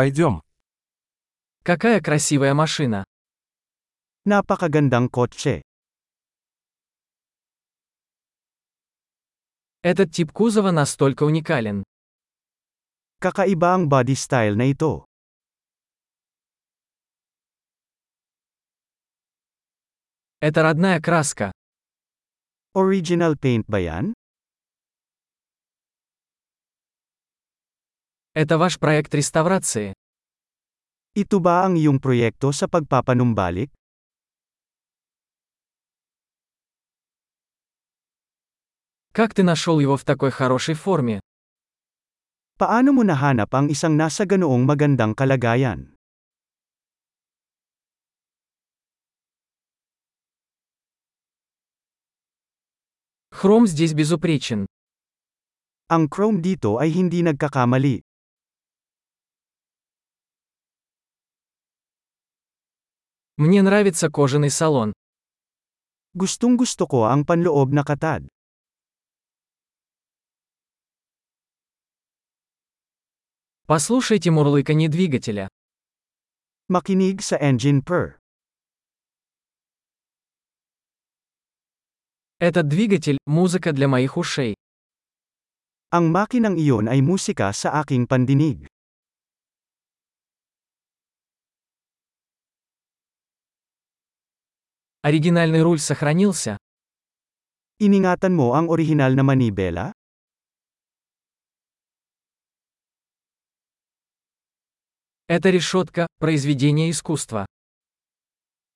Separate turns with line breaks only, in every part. Пойдем.
Какая красивая машина.
Napakagandang kotse.
Этот тип кузова настолько уникален.
Kakaiba ang body style na ito.
Это родная краска.
Original paint ba yan?
Это ваш проект реставрации.
Ito ba ang iyong proyekto sa pagpapanumbalik?
Как ты нашел его в такой хорошей форме?
Paano mo nahanap ang isang nasa ganoong magandang kalagayan?
Хром здесь безупречен.
Ang chrome dito ay hindi nagkakamali.
Мне нравится кожаный салон.
Gustong gusto ko ang panloob na katad.
Послушайте мурлыканье двигателя.
Makinig sa engine purr.
Этот двигатель – музыка для моих ушей.
Ang makinang iyon ay musika sa aking pandinig.
Оригинальный руль сохранился.
Iningatan mo ang orihinal na manibela?
Эта решетка – произведение искусства.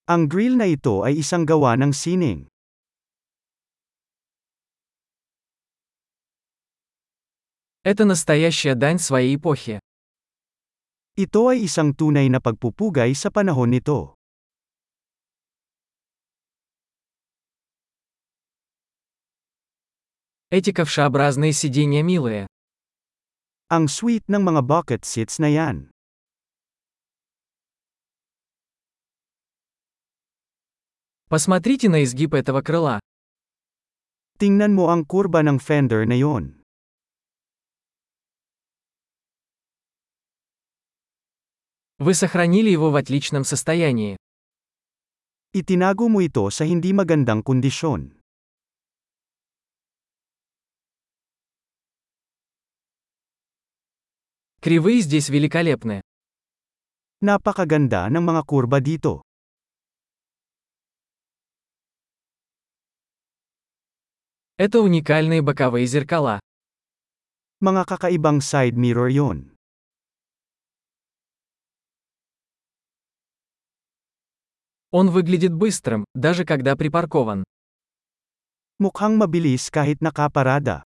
Ang grill na ito ay isang gawa ng sining.
Это настоящая дань своей эпохи.
Ito ay isang tunay na pagpupugay sa panahon nito.
Эти ковшеобразные сиденья милые.
Ang sweet ng mga bucket seats na yan.
Посмотрите на изгиб этого крыла.
Tingnan mo ang kurba ng fender na yon.
Вы сохранили его в отличном состоянии.
Itinago mo ito sa hindi magandang kondisyon.
Кривые здесь великолепны.
Napakaganda ng mga kurba dito.
Это уникальные боковые зеркала.
Mga kakaibang side mirror yon.
Он выглядит быстрым, даже когда припаркован.
Mukhang mabilis kahit nakaparada.